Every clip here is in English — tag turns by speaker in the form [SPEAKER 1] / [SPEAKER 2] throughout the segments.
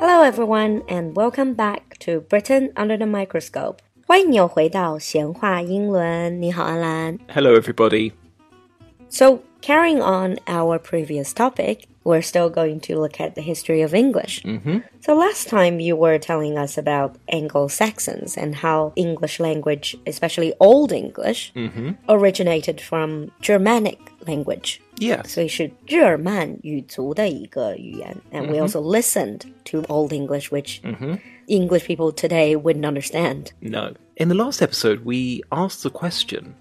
[SPEAKER 1] everyone, and welcome back to Britain under the microscope. 欢迎又回到闲话英伦，你好，安兰。
[SPEAKER 2] Hello, everybody.
[SPEAKER 1] So, carrying on our previous topic, we're still going to look at the history of English. Mm-hmm. So, last time you were telling us about Anglo Saxons and how English language, especially Old English, originated from Germanic language.
[SPEAKER 2] Yes.
[SPEAKER 1] 所以是日耳曼语族的一个语言。And we also listened to Old English, which English people today wouldn't understand.
[SPEAKER 2] No. In the last episode, we asked the question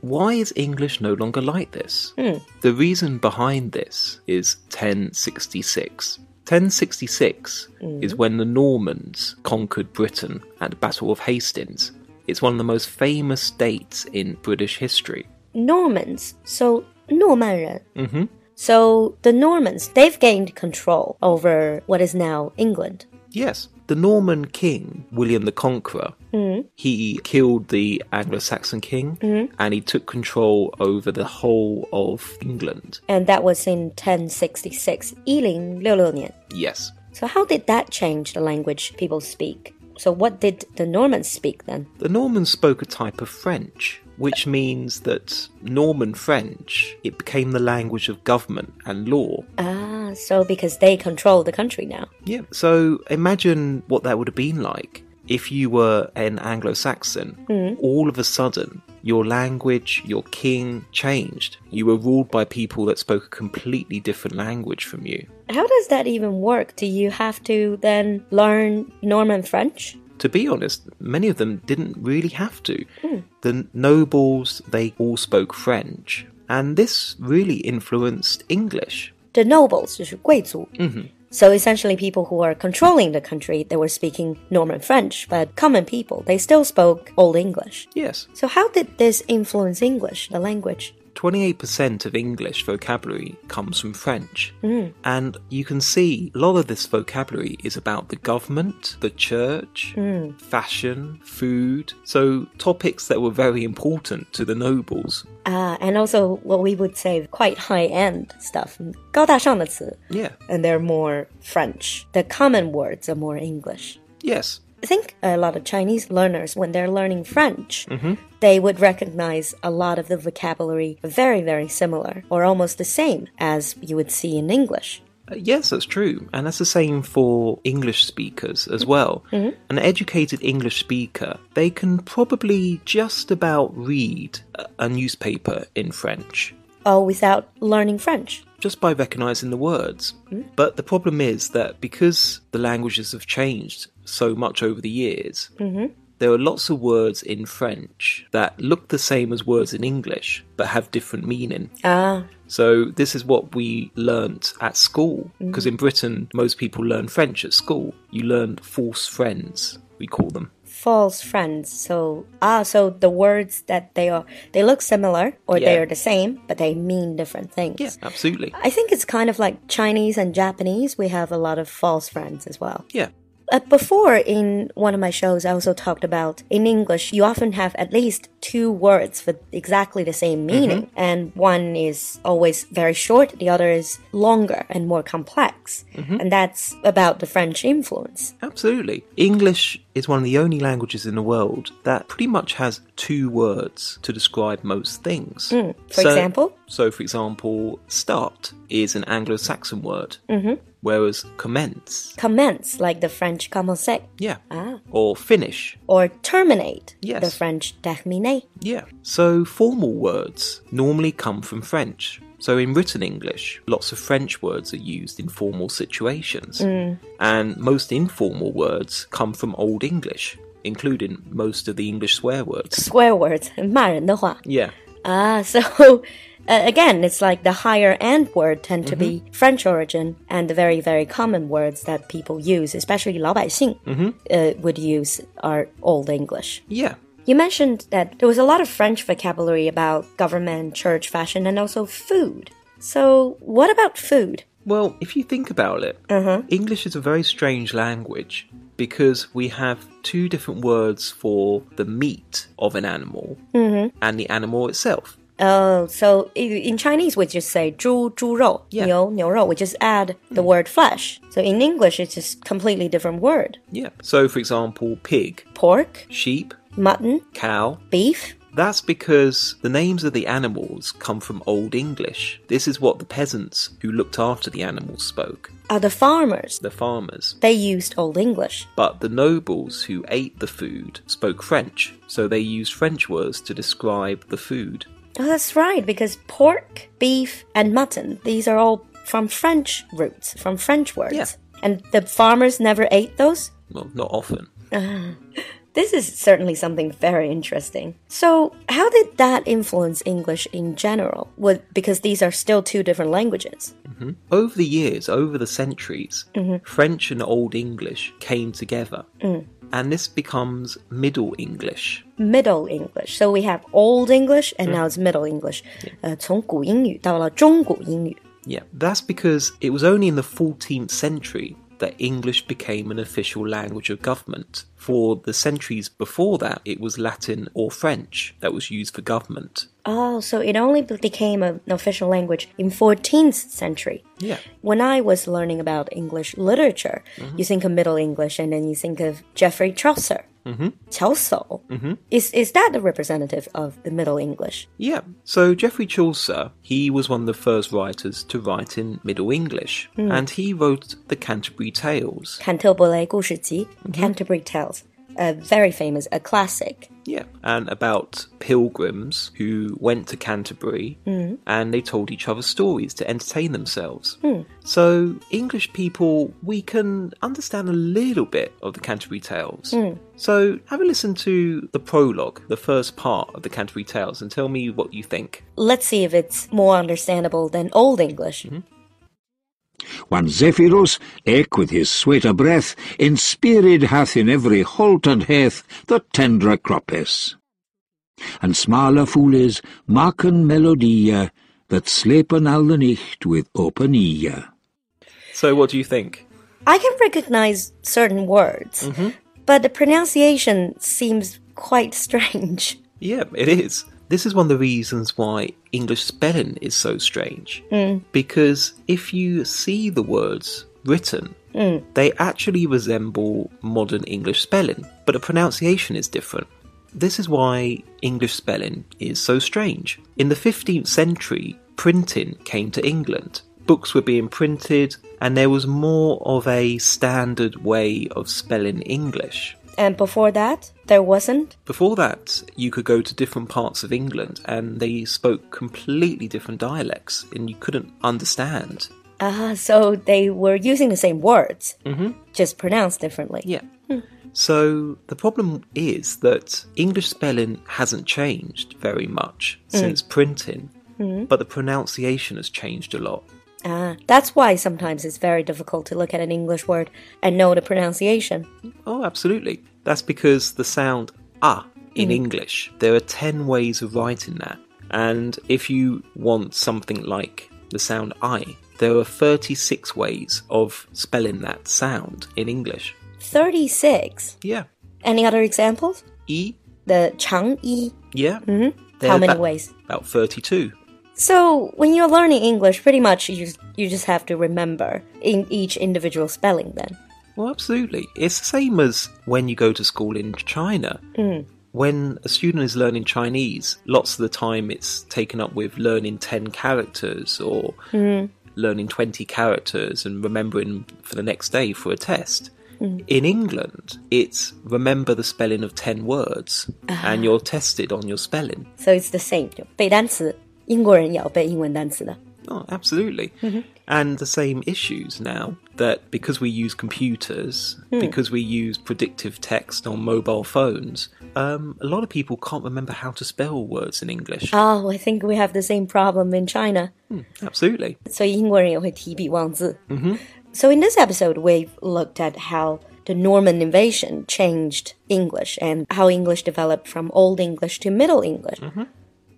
[SPEAKER 2] why is English no longer like this? The reason behind this is 1066. 1066 is when the Normans conquered Britain at the Battle of Hastings. It's one of the most famous dates in British history.
[SPEAKER 1] Normans, so 诺曼人。Mm
[SPEAKER 2] Mm-hmm.
[SPEAKER 1] hmm. So the Normans, they've gained control over what is now England.
[SPEAKER 2] Yes. The Norman king, William the Conqueror, he killed the Anglo Saxon king and he took control over the whole of England.
[SPEAKER 1] And that was in 1066, 1066年.
[SPEAKER 2] Yes.
[SPEAKER 1] So how did that change the language people speak? So what did the Normans speak then?
[SPEAKER 2] The Normans spoke a type of French, which means that Norman French, it became the language of government and law.
[SPEAKER 1] Ah, so because they control the country now.
[SPEAKER 2] Yeah. So imagine what that would have been like if you were an Anglo Saxon. All of a sudden, your language, your king changed. You were ruled by people that spoke a completely different language from you.
[SPEAKER 1] How does that even work? Do you have to then learn Norman French?
[SPEAKER 2] To be honest, many of them didn't really have to. The nobles, they all spoke French. And this really influenced English.
[SPEAKER 1] The nobles 就是贵族。So essentially, people who are controlling the country, they were speaking Norman French, but common people, they still spoke Old English.
[SPEAKER 2] Yes.
[SPEAKER 1] So how did this influence English, the language?
[SPEAKER 2] 28% of English vocabulary comes from French. And you can see a lot of this vocabulary is about the government, the church, fashion, food. So, topics that were very important to the nobles.
[SPEAKER 1] Uh, and also what we would say quite high-end stuff, 高大上的词,
[SPEAKER 2] Yeah.
[SPEAKER 1] and they're more French. The common words are more English.
[SPEAKER 2] Yes.
[SPEAKER 1] I think a lot of Chinese learners, when they're learning French,
[SPEAKER 2] Mm-hmm.
[SPEAKER 1] they would recognize a lot of the vocabulary very, very similar or almost the same as you would see in English.
[SPEAKER 2] Uh, Yes, that's true. And that's the same for English speakers as well. An educated English speaker, they can probably just about read a- a newspaper in French
[SPEAKER 1] All without learning French.
[SPEAKER 2] just by recognizing the words. But the problem is that because the languages have changed so much over the years, there are lots of words in French that look the same as words in English but have different meaning.
[SPEAKER 1] Ah,
[SPEAKER 2] So this is what we learnt at school
[SPEAKER 1] Mm.
[SPEAKER 2] because in Britain most people learn French at school. You learn false friends, we call them.
[SPEAKER 1] false friends. So, ah, so the words that they are, they look similar or they
[SPEAKER 2] Yeah.
[SPEAKER 1] are the same, but they mean different things.
[SPEAKER 2] Yeah, absolutely.
[SPEAKER 1] I think it's kind of like Chinese and Japanese. We have a lot of false friends as well.
[SPEAKER 2] Yeah.
[SPEAKER 1] Uh, before, in one of my shows, I also talked about in English, you often have at least two words for exactly the same
[SPEAKER 2] Mm-hmm.
[SPEAKER 1] meaning, and one is always very short, the other is longer and more complex.
[SPEAKER 2] Mm-hmm.
[SPEAKER 1] And that's about the French influence.
[SPEAKER 2] Absolutely. English is one of the only languages in the world that pretty much has two words to describe most things.
[SPEAKER 1] Mm. For example?
[SPEAKER 2] So, for example, start is an Anglo Saxon word, whereas commence,
[SPEAKER 1] mm-hmm, Commence, like the French commencer,
[SPEAKER 2] yeah,
[SPEAKER 1] Ah.
[SPEAKER 2] or finish,
[SPEAKER 1] or terminate,
[SPEAKER 2] Yes.
[SPEAKER 1] the French terminer.
[SPEAKER 2] yeah. So, formal words normally come from French. So, in written English, lots of French words are used in formal situations, and most informal words come from Old English, including most of the English swear words.
[SPEAKER 1] Swear words, 骂人的话.
[SPEAKER 2] Yeah.
[SPEAKER 1] Ah, so uh, again, it's like the higher end word tend to be French origin, and the very, very common words that people use, especially 老百姓, uh, would use are Old English.
[SPEAKER 2] Yeah.
[SPEAKER 1] You mentioned that there was a lot of French vocabulary about government, church, fashion, and also food. So, what about food?
[SPEAKER 2] Well, if you think about it, English is a very strange language because we have two different words for the meat of an animal and the animal itself.
[SPEAKER 1] Oh, so i- in Chinese we just say 猪,猪肉,
[SPEAKER 2] Yeah.
[SPEAKER 1] 牛,牛肉. We just add the word flesh. So in English it's just completely different word.
[SPEAKER 2] Yeah. So, for example, pig,
[SPEAKER 1] Pork,
[SPEAKER 2] sheep,
[SPEAKER 1] mutton,
[SPEAKER 2] cow.
[SPEAKER 1] beef.
[SPEAKER 2] That's because the names of the animals come from Old English. This is what the peasants who looked after the animals spoke,
[SPEAKER 1] Are the farmers?
[SPEAKER 2] the farmers.
[SPEAKER 1] They used Old English.
[SPEAKER 2] But the nobles who ate the food spoke French, so they used French words to describe the food.
[SPEAKER 1] Oh, that's right, because pork, beef, and mutton, these are all from French roots, from French words.
[SPEAKER 2] Yeah.
[SPEAKER 1] And the farmers never ate those?
[SPEAKER 2] Well, not often.
[SPEAKER 1] This is certainly something very interesting. So, how did that influence English in general? Was because these are still two different languages.
[SPEAKER 2] Over the years, over the centuries, French and Old English came together. And this becomes Middle English.
[SPEAKER 1] Middle English. So we have Old English and now it's Middle English. Uh, 呃，从古英语到了中古英语。
[SPEAKER 2] Yeah, that's because it was only in the 14th century that English became an official language of government. For the centuries before that, it was Latin or French that was used for government.
[SPEAKER 1] Oh, so it only be- became an official language in 14th century.
[SPEAKER 2] Yeah.
[SPEAKER 1] When I was learning about English literature, you think of Middle English and then you think of Geoffrey Chaucer. Chaucer. Is, is that the representative of the Middle English?
[SPEAKER 2] Yeah. So Geoffrey Chaucer, he was one of the first writers to write in Middle English, and he wrote the Canterbury Tales.
[SPEAKER 1] 坎特伯雷故事集 Canterbury Tales, a very famous, a classic.
[SPEAKER 2] Yeah. And about pilgrims who went to Canterbury and they told each other stories to entertain themselves. So, English people, we can understand a little bit of the Canterbury Tales.
[SPEAKER 1] Hmm.
[SPEAKER 2] So, have a listen to the prologue, the first part of the Canterbury Tales, and tell me what you think.
[SPEAKER 1] Let's see if it's more understandable than Old English.
[SPEAKER 3] When Zephyros, eke with his sweeter breath, inspired hath in every holt and heath the tender croppice. And smaller fules maken melodie that slepen al de nicht with open ear.
[SPEAKER 2] So, what do you think?
[SPEAKER 1] I can recognize certain words, but the pronunciation seems quite strange.
[SPEAKER 2] Yeah, it is. This is one of the reasons why English spelling is so strange. Because if you see the words written, they actually resemble modern English spelling, but the pronunciation is different. This is why English spelling is so strange. In the 15th century, printing came to England. Books were being printed, and there was more of a standard way of spelling English.
[SPEAKER 1] And before that, there wasn't.
[SPEAKER 2] Before that, you could go to different parts of England and they spoke completely different dialects and you couldn't understand.
[SPEAKER 1] Ah, so they were using the same words, just pronounced differently.
[SPEAKER 2] Yeah. So the problem is that English spelling hasn't changed very much since printing, but the pronunciation has changed a lot.
[SPEAKER 1] Ah, that's why sometimes it's very difficult to look at an English word and know the pronunciation.
[SPEAKER 2] Oh, absolutely. That's because the sound ah in English, there are 10 ways of writing that. And if you want something like the sound I, there are 36 ways of spelling that sound in English.
[SPEAKER 1] 36.
[SPEAKER 2] Yeah.
[SPEAKER 1] Any other examples?
[SPEAKER 2] E,
[SPEAKER 1] The 长一.
[SPEAKER 2] yeah.
[SPEAKER 1] How
[SPEAKER 2] There are
[SPEAKER 1] many
[SPEAKER 2] about-
[SPEAKER 1] ways?
[SPEAKER 2] About 32.
[SPEAKER 1] So, when you're learning English, pretty much you, you just have to remember in each individual spelling then.
[SPEAKER 2] Well, absolutely. It's the same as when you go to school in China.
[SPEAKER 1] Mm.
[SPEAKER 2] When a student is learning Chinese, lots of the time it's taken up with learning 10 characters or learning 20 characters and remembering for the next day for a test. In England, it's remember the spelling of 10 words and you're tested on your spelling.
[SPEAKER 1] So it's the same. 背单词，英国人也要背英文单词的。
[SPEAKER 2] Oh, absolutely. And the same issues now that because we use computers, because we use predictive text on mobile phones, um, a lot of people can't remember how to spell words in English.
[SPEAKER 1] Oh, I think we have the same problem in China.
[SPEAKER 2] Absolutely.
[SPEAKER 1] 所以英国人也会提笔忘字。So
[SPEAKER 2] Mm-hmm.
[SPEAKER 1] in this episode, we've looked at how the Norman invasion changed English and how English developed from Old English to Middle English.
[SPEAKER 2] Mm-hmm.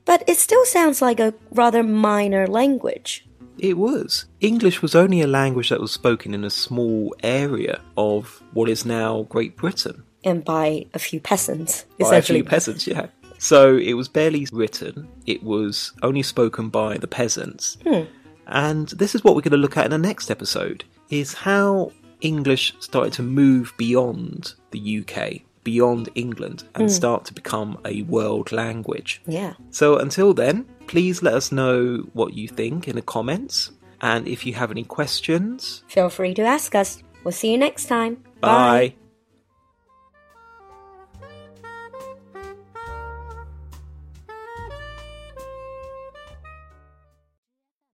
[SPEAKER 1] But it still sounds like a rather minor language.
[SPEAKER 2] It was. English was only a language that was spoken in a small area of what is now Great Britain.
[SPEAKER 1] And by a few peasants,
[SPEAKER 2] By a
[SPEAKER 1] essentially.
[SPEAKER 2] few peasants, yeah. So it was barely written, it was only spoken by the peasants. And this is what we're going to look at in the next episode is how English started to move beyond the UK, beyond England and start to become a world language.
[SPEAKER 1] Yeah.
[SPEAKER 2] So until then, please let us know what you think in the comments and if you have any questions.
[SPEAKER 1] Feel free to ask us. We'll see you next time.
[SPEAKER 2] Bye.